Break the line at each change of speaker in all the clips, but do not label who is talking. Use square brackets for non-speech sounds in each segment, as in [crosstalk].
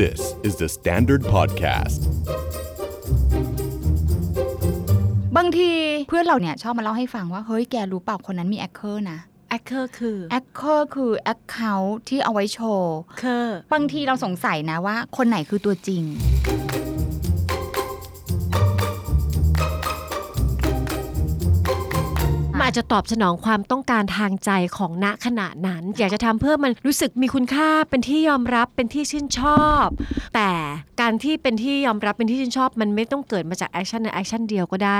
This is the Standard Podcast.
บางทีเพื่อนเราเนี่ยชอบมาเล่าให้ฟังว่าเฮ้ยแกรู้เปล่าคนนั้นมีแอคเคอร์นะ
แอคเคอร์คือ
แอคเคอร์คือแอคเคาท์ที่เอาไว้โชว์
เคอร์
บางทีเราสงสัยนะว่า คนไหนคือตัวจริง
มันอาจจะตอบสนองความต้องการทางใจของณขณะนั้น อยากจะทำเพื่อมันรู้สึกมีคุณค่าเป็นที่ยอมรับเป็นที่ชื่นชอบ แต่การที่เป็นที่ยอมรับเป็นที่ชื่นชอบ มันไม่ต้องเกิดมาจากแอคชั่นในแอคชั่นเดียวก็ได้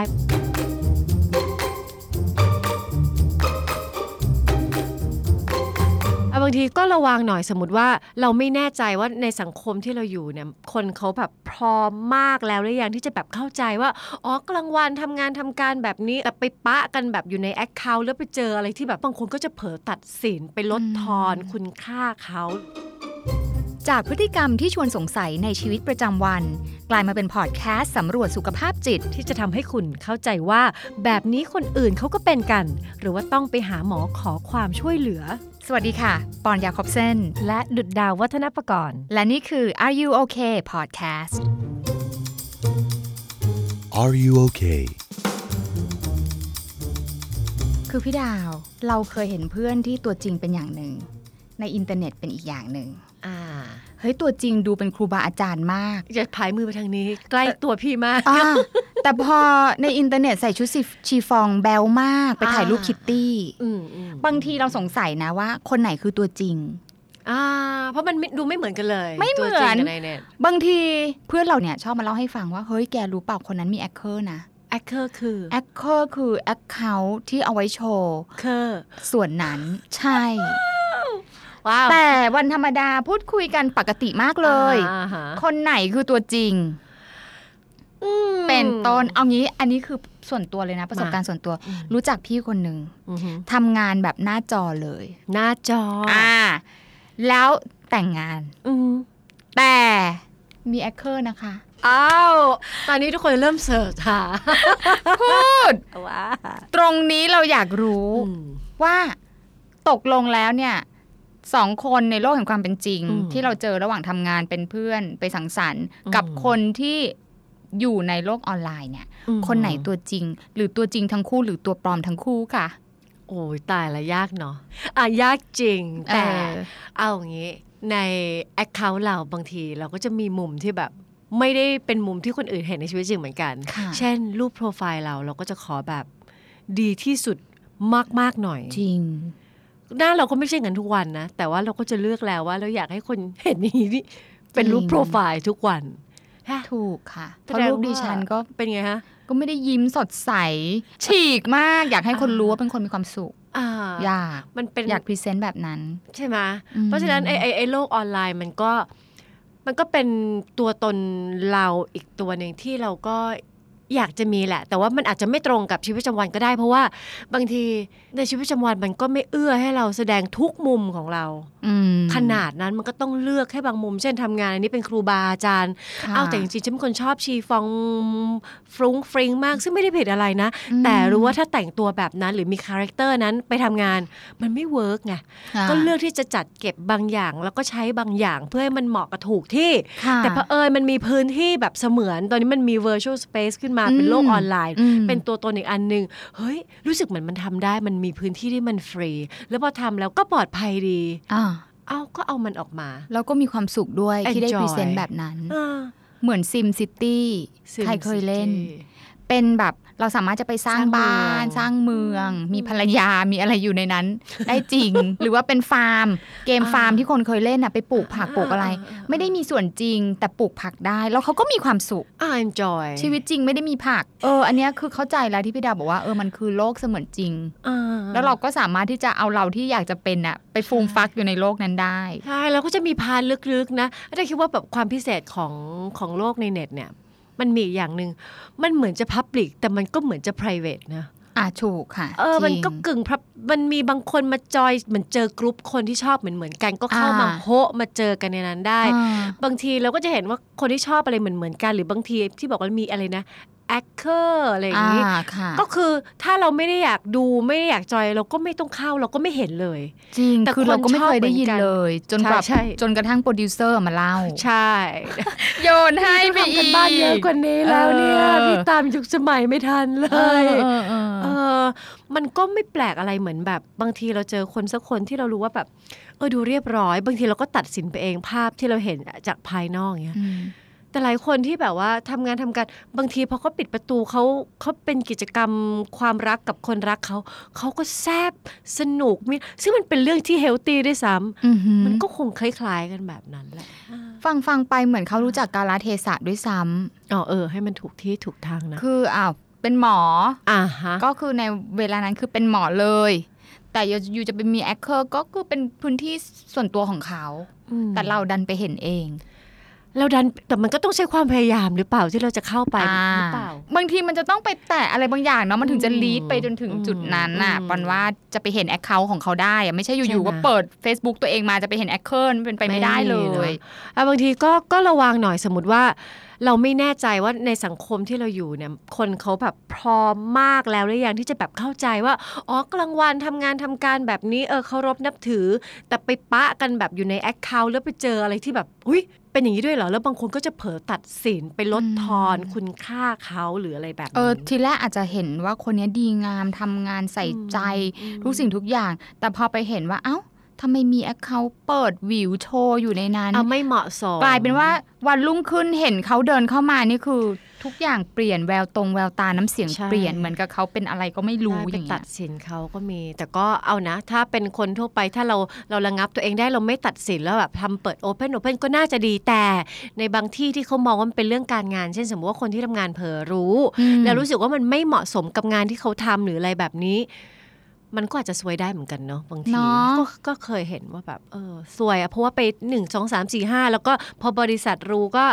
อ่ะบางทีก็ระวังหน่อยสมมติว่าเราไม่แน่ใจว่าในสังคมที่เราอยู่เนี่ยคนเขาแบบพร้อมมากแล้วหรือยังที่จะแบบเข้าใจว่าอ๋อกลางวันทำงานทำการแบบนี้แต่ไปปะกันแบบอยู่ในแอคเคาท์แล้วไปเจออะไรที่แบบบางคนก็จะเผลอตัดสินไปลดทอน
อืม
คุณค่าเขา
จากพฤติกรรมที่ชวนสงสัยในชีวิตประจำวัน กลายมาเป็นพอดแคสต์สำรวจสุขภาพจิต
ที่จะทำให้คุณเข้าใจว่า แบบนี้คนอื่นเขาก็เป็นกัน หรือว่าต้องไปหาหมอขอความช่วยเหลือ
สวัสดีค่ะ ปอนยาคอบเซน
และดุดดาววัฒนประกรณ์
และนี่คือ Are You Okay Podcast
Are you okay?
คือพี่ดาวเราเคยเห็นเพื่อนที่ตัวจริงเป็นอย่างหนึ่ง ในอินเทอร์เน็ตเป็นอีกอย่างหนึ่ง
อ่า
เฮ้ยตัวจริงดูเป็นครูบาอาจารย์มาก
อย่าผายมือไปทางนี้ ใกล้ตัวพี่มาก
อ่าแต่พอในอินเทอร์เน็ตใส่ชุดสีชีฟองแบลมาก ไปถ่ายรูป
อ่า
คิตตี้
อืมอืม
บางทีเราสงสัยนะว่า คนไหนคือตัวจริง
อ่า เพราะมันไม่ดูไม่เหมือนกันเลย
ไม่เหมือน
ตัวจริงกับในเน็ต
บางทีเพื่อนเราเนี่ยชอบมาเล่าให้ฟังว่า เฮ้ยแกรู้เปล่าคนนั้นมีแอคเคอร์นะ
แอคเคอร์คือ
แอคเคอร์คือแอคเคาท์ที่เอาไว้โชว์
เคอร์
ส่วนนั้นใช่
ว้าว
แต่วันธรรมดาพูดคุยกันปกติมากเลย
อ่าฮะ
คนไหนคือตัวจริง
อืม
เป็นต้นเอางี้อันนี้คือส่วนตัวเลยนะ ประสบ
มา
การณ์ส่วนตัว รู้จักพี่คนหนึ่ง
อือฮึ
ทำงานแบบหน้าจอเลย
หน้าจอ
อ่า แล้วแต่งงาน
อืม
แต่มีแอคเคอร์นะคะ
อ้าวตอนนี้ทุกคนเริ่มเสิร์ชหา
พูด
ว้า
ตรงนี้เราอยากรู้
อืม
ว่าตกลงแล้วเนี่ยสองคนในโลกแห่งความเป็นจริง
อืม
ที่เราเจอระหว่างทำงานเป็นเพื่อนไปสังสรรค์
อืม
กับคนที่อยู่ในโลกออนไลน์เนี่ย
อืม
คนไหนตัวจริง หรือตัวจริงทั้งคู่หรือตัวปลอมทั้งคู่ค่ะ
โอ้ยตายละยากเนาะอ่ะยากจริงแต่
เออ
เอาอย่างนี้ใน Account เราบางทีเราก็จะมีมุมที่แบบไม่ได้เป็นมุมที่คนอื่นเห็นในชีวิตจริงเหมือนกัน
ค่ะ
เช่น รูปโปรไฟล์เราเราก็จะขอแบบดีที่สุดมากๆหน่อย
จริง
หน้าเราก็ไม่ใช่เงินทุกวันนะ แต่ว่าเราก็จะเลือกแล้วว่าเราอยากให้คนเห็นอย่างนี้นี่เป็นรูป
จริง
โปรไฟล์ทุกวันฮะ
ถูกค่ะเพ
แส
ราะ
ดง
รูป
ว่า
ดิฉันก็
เป็นไงฮะ
ก็ไม่ได้ยิ้มสดใส ฉีกมาก อยากให้คนรู้ว่าเป็นคนมีความสุข
อ่า
อยาก
มันเป็น
อยากพรีเซนต์แบบนั้น
ใช่ไหม
อืม
เพราะฉะนั้นไอไอ้ไอ้โลกออนไลน์มันก็มันก็เป็นตัวตนเราอีกตัวหนึ่งที่เราก็อยากจะมีแหละ แต่ว่ามันอาจจะไม่ตรงกับชีวิตประจำวันก็ได้ เพราะว่าบางทีในชีวิตประจำวันมันก็ไม่เอื้อให้เราแสดงทุกมุมของเรา
อืม
ขนาดนั้นมันก็ต้องเลือกให้บางมุม เช่นทำงานอันนี้เป็นครูบาอาจารย์
ค่ะ
เอาแต่จริงๆฉันเป็นคนชอบชีฟองฟรุ้งฟริ้งมาก ซึ่งไม่ได้ผิดอะไรนะ
อืม
แต่รู้ว่าถ้าแต่งตัวแบบนั้นหรือมีคาแรคเตอร์นั้นไปทำงานมันไม่เวิร์กไง
ค่ะ
ก็เลือกที่จะจัดเก็บบางอย่าง แล้วก็ใช้บางอย่างเพื่อให้มันเหมาะกับถูกที่
ค่ะ
แต่เผอิญมันมีพื้นที่แบบเสมือน ตอนนี้มันมี virtual space ขึ้นมา
อืม
เป็นโลกออนไลน์
อืม
เป็นตัวตนอีกอันหนึ่งเฮ้ย รู้สึกเหมือนมันทำได้มันมีพื้นที่ที่มันฟรี แล้วพอทำแล้วก็ปลอดภัยดี
อ่า
เอาก็เอามันออกมา
แล้วก็มีความสุขด้วย ที่ได้
Enjoy
พรีเซนต์แบบนั้น
อ่า
เหมือนซิมซิตี้
Sim
ใครเคยเล่น
City
เป็นแบบเราสามารถจะไปสร้าง
สร้างเมือง
บ้าน สร้างเมือง มีภรรยามีอะไรอยู่ใน
[laughs]
นั้น ได้จริง หรือว่าเป็นฟาร์ม เกมฟาร์มที่คนเคยเล่นอะไปปลูกผักปลูกอะไร ไม่ได้มีส่วนจริง แต่ปลูกผักได้ แล้วเขาก็มีความสุข
อ่า enjoy
ชีวิตจริงไม่ได้มีผัก เออ อันเนี้ยคือเข้าใจแล้วที่พี่ดาวบอกว่าเออมันคือโลกเสมือนจริง
อ่
แล้วเราก็สามารถที่จะเอาเราที่อยากจะเป็นอะไปฟูมฟักอยู่ในโลกนั้นได้
ใช่แล้วก็จะมีพานลึกๆนะอาจารย์คิดว่าแบบความพิเศษของของโลกในเน็ตเนี่ย มันมีอีกอย่างหนึ่งมันเหมือนจะ Public แต่มันก็เหมือนจะ private นะ
อ่ะถูกค่ะ
เออ มัน
จริง
ก็กึ่งพับมันมีบางคนมาจอยเหมือนเจอกรุ๊ปคนที่ชอบเหมือนเหมือนๆกันก็เข้า
อ่าม
มาโฮะมาเจอกันในนั้นได้
อ่า
บางทีเราก็จะเห็นว่าคนที่ชอบอะไรเหมือนเหมือนๆกัน หรือบางทีที่บอกว่ามีอะไรนะ แอคเคอร์อะไรอย่างนี้
อ่าค่ะ
ก็คือถ้าเราไม่ได้อยากดูไม่ได้อยากจอยเราก็ไม่ต้องเข้าเราก็ไม่เห็นเลย
จริง
แต่
คือเราก็ไม่เคยได้ยิน
คนชอบเหมือนกัน
เลย จนกว่า
ใช่ใช่
จนกระทั่งโปรดิวเซอร์มาเล่า
ใช่
โยนให้ไป
ทำ
อี
กัน
ก
บ้านเยอะกว่านี้แล้วเนี่ย
เออ
พี่ตามยุคสมัยไม่ทันเล
เออย เออเออ
เออ มันก็ไม่แปลกอะไรเหมือนแบบ บางทีเราเจอคนสักคนที่เรารู้ว่าแบบ เออดูเรียบร้อย บางทีเราก็ตัดสินไปเองภาพที่เราเห็นจากภายนอกเงี้ย แต่หลายคนที่แบบว่าทำงานทำการบางทีพอเขาปิดประตูเขาเขาเป็นกิจกรรมความรักกับคนรักเขาเขาก็แซบสนุกมีซึ่งมันเป็นเรื่องที่เฮลตี้ด้วยซ้ำ
อือหือ
มันก็คงคล้ายๆกันแบบนั้นแหละ
ฟังฟังไปเหมือนเขารู้จักกาลเทศะด้วยซ้ำ
อ๋อเออ ให้มันถูกที่ถูกทางนะ
คืออ้าวเป็นหมอ
อ่าฮะ
ก็คือในเวลานั้นคือเป็นหมอเลย แต่อยู่จะเป็นมีแอคเคอร์ก็คือเป็นพื้นที่ส่วนตัวของเขา
อืม
แต่เราดันไปเห็นเอง
เราดันแต่มันก็ต้องใช้ความพยายามหรือเปล่าที่เราจะเข้าไปหรือเปล่า
บางทีมันจะต้องไปแตะอะไรบางอย่างเนาะมันถึงจะ
อืม
ลีดไปจนถึงจุดนั้นน่ะ
อืม
ปอนว่าจะไปเห็นแอคเคาท์ของเขาได้อะไม่ใช่อยู่
ใช่ไหม
ๆก็เปิด Facebook ตัวเองมาจะไปเห็นแอคเคอร์เป็นไปไม่ได้เลย
อ่ะบางทีก็ก็ระวังหน่อยสมมติว่า เราไม่แน่ใจว่าในสังคมที่เราอยู่เนี่ยคนเขาแบบพร้อมมากแล้วหรือยังที่จะแบบเข้าใจว่าอ๋อกลางวันทำงานทำการแบบนี้เออเคารพนับถือ แต่ไปปะกันแบบอยู่ในแอคเคาท์แล้วไปเจออะไรที่แบบอุ้ยเป็นอย่างนี้ด้วยเหรอ แล้วบางคนก็จะเผลอตัดสินไปลดทอน
อืม
คุณค่าเขาหรืออะไรแบบ
เออ
นี้
ทีแรกอาจจะเห็นว่าคนเนี้ยดีงามทำงานใส่ใจ
อืม
ทุกสิ่งทุกอย่าง แต่พอไปเห็นว่าเอ้าทำไมมีแอคเคาท์เปิดวิวโชว์อยู่ในนั้น
เอาไม่เหมาะสม
กลายเป็นว่าวันรุ่งขึ้นเห็นเขาเดินเข้ามานี่คือ ทุกอย่างเปลี่ยนแววตรงแววตาน้ำเสียง
ใช่
เปลี่ยนเหมือนกับเขาเป็นอะไรก็ไม่รู้
ใช่
อย่าง
ไป
เงี้
ตั
ย
ดสินเขาก็มี แต่ก็เอานะ ถ้าเป็นคนทั่วไปถ้าเราเราระงับตัวเองได้เราไม่ตัดสินแล้วแบบทำเปิดโอเพนโอเพนก็น่าจะดีแต่ในบางที่ที่เขามองว่ามันเป็นเรื่องการงาน เช่นสมมติว่าคนที่ทำงานเผลอรู้
อืม
แล้วรู้สึกว่ามันไม่เหมาะสมกับงานที่เขาทำหรืออะไรแบบนี้ มันก็อาจจะซวยได้เหมือนกันเนาะบางที
เนาะ
ก็ก็เคยเห็นว่าแบบเออซวยอะเพราะว่าไปหนึ่งสองสามสี่ห้าแล้วก็พอบริษัทรู้ก็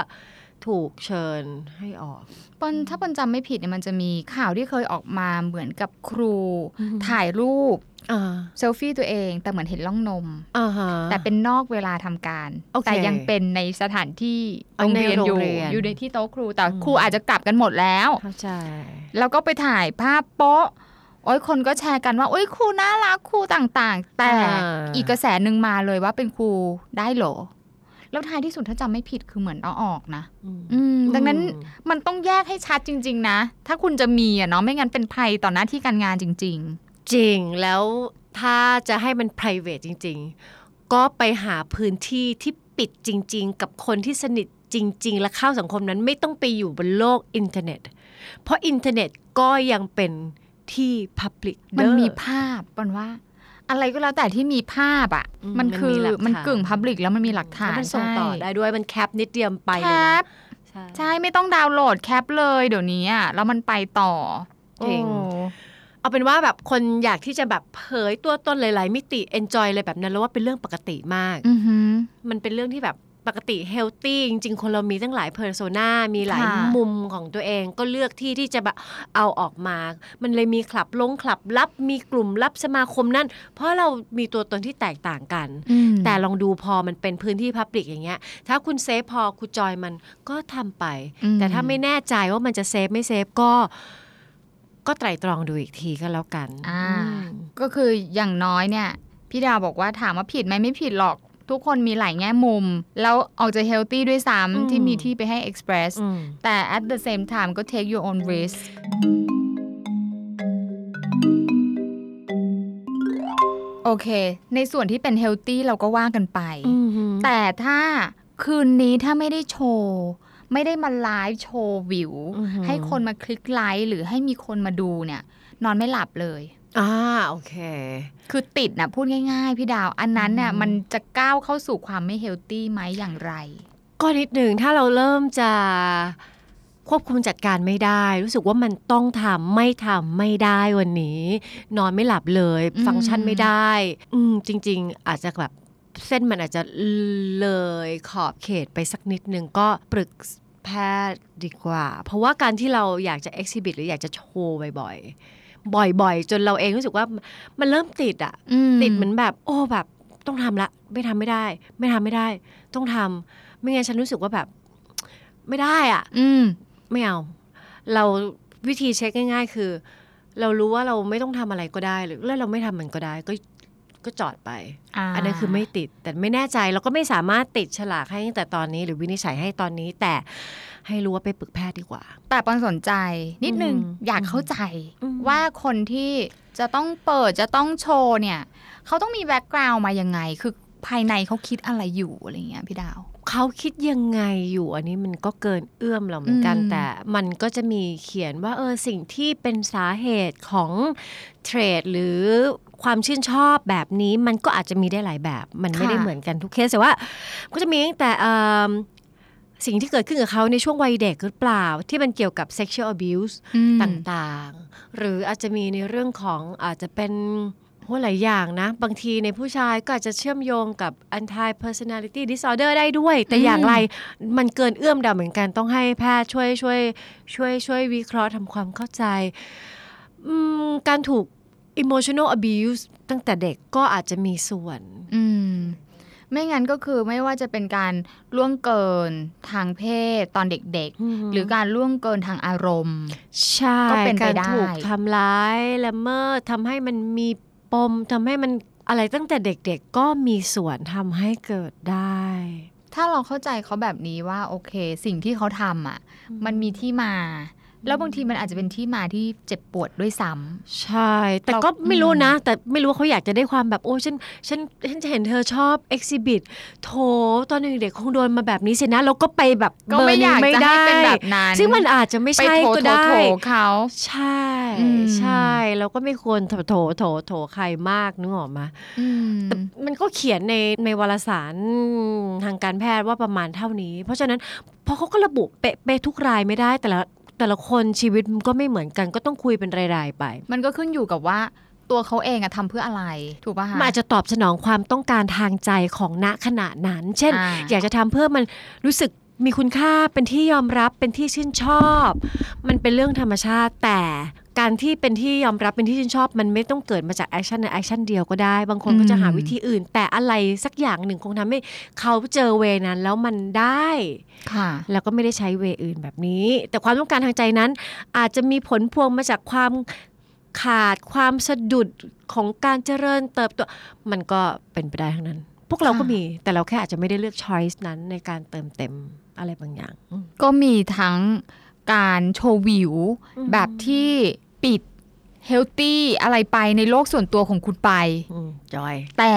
ถูกเชิญให้ออก
ปอนถ้าปอนจำไม่ผิดเนี่ยมันจะมีข่าวที่เคยออกมาเหมือนกับครู
อืม
ถ่ายรูป
อ่า
เซลฟี่ตัวเอง แต่เหมือนเห็นล่องนม
อ่าฮะ
แต่เป็นนอกเวลาทำการ
โอเค
แต่ยังเป็นในสถานที่
เอา
โรงเรียน
ใน
อ
โรง
ยู่
เรียน
อยู่ในที่โต๊ะครูแต่
อืม
ครูอาจจะกลับกันหมดแล้ว
เข้าใจ
แล้วก็ไปถ่ายภาพโป๊ะ โอ้ยคนก็แชร์กันว่าโอ้ยครูน่ารักครูต่างๆ แต่
อ่า
อีกกระแสหนึ่งมาเลยว่าเป็นครูได้เหรอ แล้วท้ายที่สุดถ้าจำไม่ผิดคือเหมือนเอาออกนะ
อืม
อืม ดังนั้น
อืม
มันต้องแยกให้ชัดจริง ๆ นะ ถ้าคุณจะมีอ่ะเนาะไม่งั้นเป็นภัยต่อหน้าที่การงานจริง
จริงแล้วถ้าจะให้มัน p r i v a t จริง ๆ ก็ไปหาพื้นที่ที่ปิดจริง ๆ กับคนที่สนิทจริง ๆ และเข้าสังคมนั้นไม่ต้องไปอยู่บนโลกอินเทอร์เน็ต เพราะอินเทอร์เน็ตก็ยังเป็นที่ Public
ๆ
เด้
มั
อ
นมีภาพปอนว่า อะไรก็แล้วแต่ที่มีภาพอ่ะ
อืม
มัน
มัน
คื
มี
อ
หลักฐาน
มันกึ่งพับลิกแล้วมันมีหลักฐาน
แล้วมันส่งต่อ
ใช่
ได้ด้วยมันแคปนิดเดียวไป
แค
เลยนะ
ป
ใช่
ใช่ไม่ต้องดาวน์โหลดแคปเลยเดี๋ยวนี้อ่ะแล้วมันไปต่อ
จริง
โอ้
เอาเป็นว่าแบบคนอยากที่จะแบบเผยตัวตนหลายๆ มิติ enjoy อะไรแบบนั้นแล้วว่าเป็นเรื่องปกติมาก
อือหือ
มันเป็นเรื่องที่แบบปกติเฮลตี้จริง ๆ คนเรามีตั้งหลายเพอร์โซนามีหลาย
ค่ะ
มุมของตัวเองก็เลือกที่ที่จะแบบเอาออกมา มันเลยมีคลับลงคลับลับ มีกลุ่มลับสมาคมนั่น เพราะเรามีตัวตนที่แตกต่างกัน
อืม
แต่ลองดูพอมันเป็นพื้นที่พับลิกอย่างเงี้ย ถ้าคุณเซฟพอคุณจอยมันก็ทำไป
อื
แต่ถ้าไม่แน่ใจว่ามันจะเซฟไม่เซฟก็ ก็ไตร่ตรองดูอีกทีก็แล้วกัน
อ่า
อืม
ก็คืออย่างน้อยเนี่ย พี่ดาวบอกว่าถามว่าผิดไหมไม่ผิดหรอก ทุกคนมีหลายแง่มุม แล้วออกจะเฮลตี้ด้วย
อืม
ซ้ำที่มีที่ไปให้ Express
อืม
แต่ at the same time ก็ take your own risk โอเค ในส่วนที่เป็นเฮลตี้เราก็ว่ากันไป แต่ถ้าคืนนี้ถ้าไม่ได้โชว์ ไม่ได้มาไลฟ์โชว์วิว
อือหือ
ให้คนมาคลิกไลค์หรือให้มีคนมาดูเนี่ย นอนไม่หลับเลย
อ่าโอเค
คือติดนะพูดง่ายๆ พี่ดาว อันนั้นเนี่ย
อืม
มันจะก้าวเข้าสู่ความไม่เฮลตี้ไหมอย่างไร
ก็นิดหนึ่งถ้าเราเริ่มจะควบคุมจัดการไม่ได้ รู้สึกว่ามันต้องทำไม่ทำไม่ได้วันนี้ นอนไม่หลับเลย
อืม
ฟังก์ชันไม่ได้ อืมจริง ๆ อาจจะแบบเส้นมันอาจจะเลยขอบเขตไปสักนิดนึงก็ปรึกแพทย์ดีกว่า เพราะว่าการที่เราอยากจะ e อ h กซิบิหรืออยากจะโชว์บ่อยๆ บ่อยๆ จนเราเองรู้สึกว่ามันเริ่มติดอะ
อื
ติดเหมือนแบบโอ้แบบต้องทำละไม่ทำไม่ได้ ไม่ทำไม่ได้ ต้องทำไม่งั้นฉันรู้สึกว่าแบบ ไม่ได้อะ
อืม
ไม่เอา เราวิธีเช็คง่าย ๆ คือ เรารู้ว่าเราไม่ต้องทำอะไรก็ได้หรือแล้วเราไม่ทำมันก็ได้ก็ก็จอดไป
า
อันนั้นคือไม่ติดแต่ไม่แน่ใจเราก็ไม่สามารถติดฉลากให้ตั้งแต่ตอนนี้ หรือวินิจฉัยให้ตอนนี้ แต่ให้รู้ว่าไปปรึกแพทย์ดีกว่า
แต่ปอนสนใจนิดนึง
อืม
อยากเข้าใจ
อืม
ว่าคนที่จะต้องเปิดจะต้องโชว์เนี่ย เขาต้องมีแบ็กกราวน์มายังไง คือภายในเขาคิดอะไรอยู่อะไรเงี้ยพี่ดาว
เขาคิดยังไงอยู่อันนี้มันก็เกินเอื้อมเราเหมือนกัน
อืม
แต่มันก็จะมีเขียนว่าเออสิ่งที่เป็นสาเหตุของเทรดหรือความชื่นชอบแบบนี้มันก็อาจจะมีได้หลายแบบ มันไม่ได้เหมือนกันทุกเคสแต่ว่าก็จะมีตั้งแต่เอิ่มสิ่งที่เกิดขึ้นกับเขาในช่วงวัยเด็กหรือเปล่า ที่มันเกี่ยวกับ sexual abuse
อืม
ต่างๆ หรืออาจจะมีในเรื่องของอาจจะเป็นโหหลายอย่างนะ บางทีในผู้ชายก็อาจจะเชื่อมโยงกับ anti personality disorder ได้ด้วย แต่
อืม
อย่างไรมันเกินเอื้อมเดาเหมือนกันต้องให้แพทย์ช่วยช่วยช่วยช่วยวิเคราะห์ทำความเข้าใจอืมการถูก emotional abuse ตั้งแต่เด็กก็อาจจะมีส่วน
อืม ไม่งั้นก็คือไม่ว่าจะเป็นการล่วงเกินทางเพศตอนเด็กๆ หรือการล่วงเกินทางอารมณ์
ใช่
ก็เป็นไป
การ
ได้
ถูกทำร้ายละเมิดทำให้มันมีปมทำให้มันอะไรตั้งแต่เด็กๆ ก็มีส่วนทำให้เกิดได้
ถ้าเราเข้าใจเขาแบบนี้ว่าโอเค สิ่งที่เขาทำอ่ะ มันมีที่มา แล้วบางทีมันอาจจะเป็นที่มาที่เจ็บปวดด้วยซ้ำ
ใช่ แต่
เรา
ก็ไม่รู้
อืม
นะ แต่ไม่รู้ว่าเขาอยากจะได้ความแบบ โอ้ฉันฉันฉันจะเห็นเธอชอบเอ็กซิบิทโถตอนเด็กๆคงโดนมาแบบนี้สินะแล้วก็ไปแบบ
ก็ไม่อยาก
เบร์
จะ
นี้
ให้เป็นแบบนั้น
ซึ่งมันอาจจะไม่
ไป
ใช่
โถ
ก็
โถ
ได้
โถเขา
ใช่
อืม
ใช่แล้วก็ไม่ควรโถโถโถโถใครมากนึกออกมา
อืม
แต่มันก็เขียนในในวารสารทางการแพทย์ว่าประมาณเท่านี้ เพราะฉะนั้นเพราะเขาก็ระบุเป๊ะๆทุกรายไม่ได้แต่ละแต่ละคนชีวิตมันก็ไม่เหมือนกันก็ต้องคุยเป็นรายๆไป
มันก็ขึ้นอยู่กับว่าตัวเขาเองอะทำเพื่ออะไร ถูกป่ะคะ
มันอาจจะตอบสนองความต้องการทางใจของณขณะนั้น เช่น
อ่า
อยากจะทำเพื่อมันรู้สึกมีคุณค่าเป็นที่ยอมรับเป็นที่ชื่นชอบ มันเป็นเรื่องธรรมชาติ แต่การที่เป็นที่ยอมรับเป็นที่ชื่นชอบ มันไม่ต้องเกิดมาจากแอคชั่นในแอคชั่นเดียวก็ได้ บางคนก็จะหา
อืม
วิธีอื่น แต่อะไรสักอย่างหนึ่งคงทำให้เขาเจอเวนั้น แล้วมันได้
ค่ะ
แล้วก็ไม่ได้ใช้เวย์อื่นแบบนี้ แต่ความต้องการทางใจนั้น อาจจะมีผลพวงมาจากความขาดความสะดุดของการเจริญเติบโตมันก็เป็นไปได้ทั้งนั้น พวกเราก็
ค่ะ
มีแต่เราแค่อาจจะไม่ได้เลือกช้อยส์นั้นในการเติมเต็มอะไรบางอย่างอืม
ก็มีทั้งการโชว์วิว
อืม
แบบที่ปิดเฮลตี้อะไรไปในโลกส่วนตัวของคุณไป
อืมจอย
แต่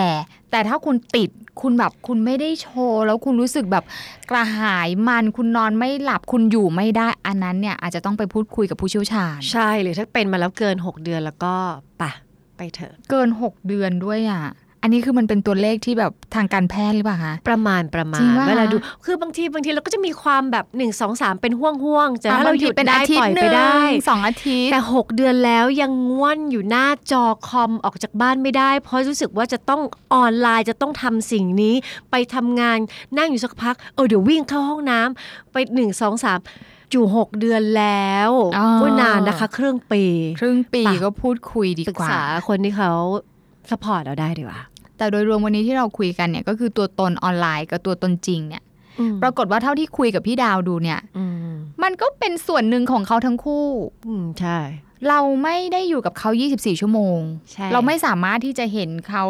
แต่ถ้าคุณติดคุณแบบคุณไม่ได้โชว์ แล้วคุณรู้สึกแบบกระหายมันคุณนอนไม่หลับคุณอยู่ไม่ได้อันนั้นเนี่ยอาจจะต้องไปพูดคุยกับผู้เชี่ยวชาญ
ใช่หรือถ้าเป็นมาแล้วเกิน 6 เดือนแล้วก็ปะไปเถอะ
เกิน 6 เดือนด้วยอ่ะ อันนี้คือมันเป็นตัวเลขที่แบบทางการแพทย์หรือเปล่าคะ
ประมาณประมา
จริ
ณ
งปะ
เวลา
คะ
ดูคือบางทีบางทีเราก็จะมีความแบบ 1 2 3 เป็นห่วงห่วงๆแต่ถ้าเราหยุด
ะบงทีเป็น
ได้
อาทิต
ปล่อย
ย์ห
ไป
นึ่
ได้
งสองอาทิตย์
แต่ 6 เดือนแล้วยังง่วนอยู่หน้าจอคอมออกจากบ้านไม่ได้ เพราะรู้สึกว่าจะต้องออนไลน์จะต้องทำสิ่งนี้ ไปทำงานนั่งอยู่สักพัก เออเดี๋ยววิ่งเข้าห้องน้ำไป 1 2 3 อยู่ 6 เดือนแล้ว
อ๋อ
ก็นานนะคะ เครื่องปี
ครึ่งปี
ไป
ก็พูดคุยดี
ปรึก
กว่า
ษาคนที่เขาสปอร์ตเราได้ดีกว่า
แต่โดยรวมวันนี้ที่เราคุยกันเนี่ยก็คือตัวตนออนไลน์กับตัวตนจริงเนี่ย ป
ป
รา
ระ
กฏว่าเท่าที่คุยกับพี่ดาวดูเนี่ย
อืม
มันก็เป็นส่วนหนึ่งของเขาทั้งคู่
อืมใช่
เราไม่ได้อยู่กับเขา 24 ชั่วโมง
ใช่
เราไม่สามารถที่จะเห็นเขา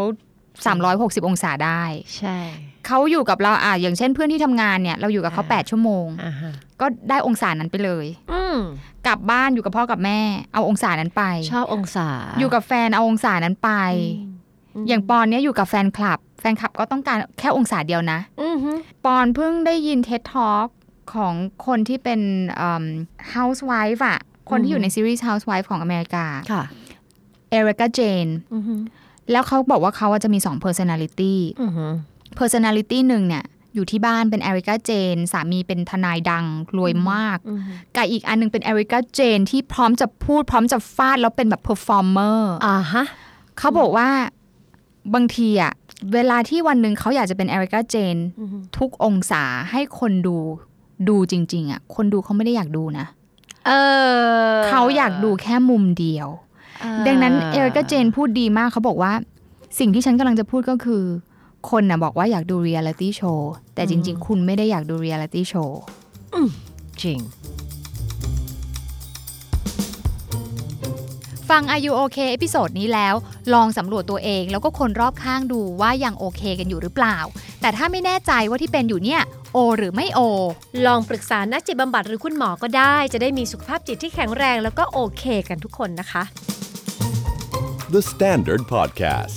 360 องศาได้
ใช่
เขาอยู่กับเราอ่ะอย่างเช่นเพื่อนที่ทำงานเนี่ย เราอยู่กับเขา 8 ชั่วโมง
อ่าฮะ
ก็ได้องศานั้นไปเลย
อืม
กลับบ้านอยู่กับพ่อกับแม่ เอาองศานั้นไป
ชอบองศา
อยู่กับแฟนเอาองศานั้นไป
ม
อย่างปอนเนี่ยอยู่กับแฟนคลับ แฟนคลับก็ต้องการแค่องศาเดียวนะ
อือฮึ
ปอนเพิ่งได้ยินเท็ t ทอ k ของคนที่เป็นเอิ่ม housewife อะคนที่อยู่ในซีรีส์ housewife ของอเมริกา
ค่ะ
เอริกาเจน
อือฮึ
แล้วเขาบอกว่าเขาอะจะมี 2 personality
อือฮึ
personality หนึ่งเนี่ย อยู่ที่บ้านเป็นเอริกาเจน สามีเป็นทนายดังรวยมาก
อือฮึ
กับอีกอันหนึงเป็นเอริกาเจนที่พร้อมจะพูดพร้อมจะฟาด แล้วเป็นแบบ performer
อ่าฮะ
เขาบอกว่าบางทีอะเวลาที่วันหนึ่งเขาอยากจะเป็นเอริกาเจน ทุกองศาให้คนดูดูจริง ๆอะคนดูเขาไม่ได้อยากดูนะ
เออ
เขาอยากดูแค่มุมเดียว
เออ
ดังนั้นเอริกาเจนพูดดีมากเขาบอกว่า สิ่งที่ฉันกำลังจะพูดก็คือ คนน่ะบอกว่าอยากดูเรียลิตี้โชว์แต่จริง ๆ คุณไม่ได้อยากดูเรียลิตี้โชว์
จริง
ฟัง Are You OK เอพิโซดนี้แล้ว ลองสำรวจตัวเองแล้วก็คนรอบข้างดูว่ายังโอเคกันอยู่หรือเปล่า แต่ถ้าไม่แน่ใจว่าที่เป็นอยู่เนี่ยโอหรือไม่โอ
ลองปรึกษานักจิตบำบัดหรือคุณหมอก็ได้ จะได้มีสุขภาพจิตที่แข็งแรงแล้วก็โอเคกันทุกคนนะคะ
The Standard Podcast.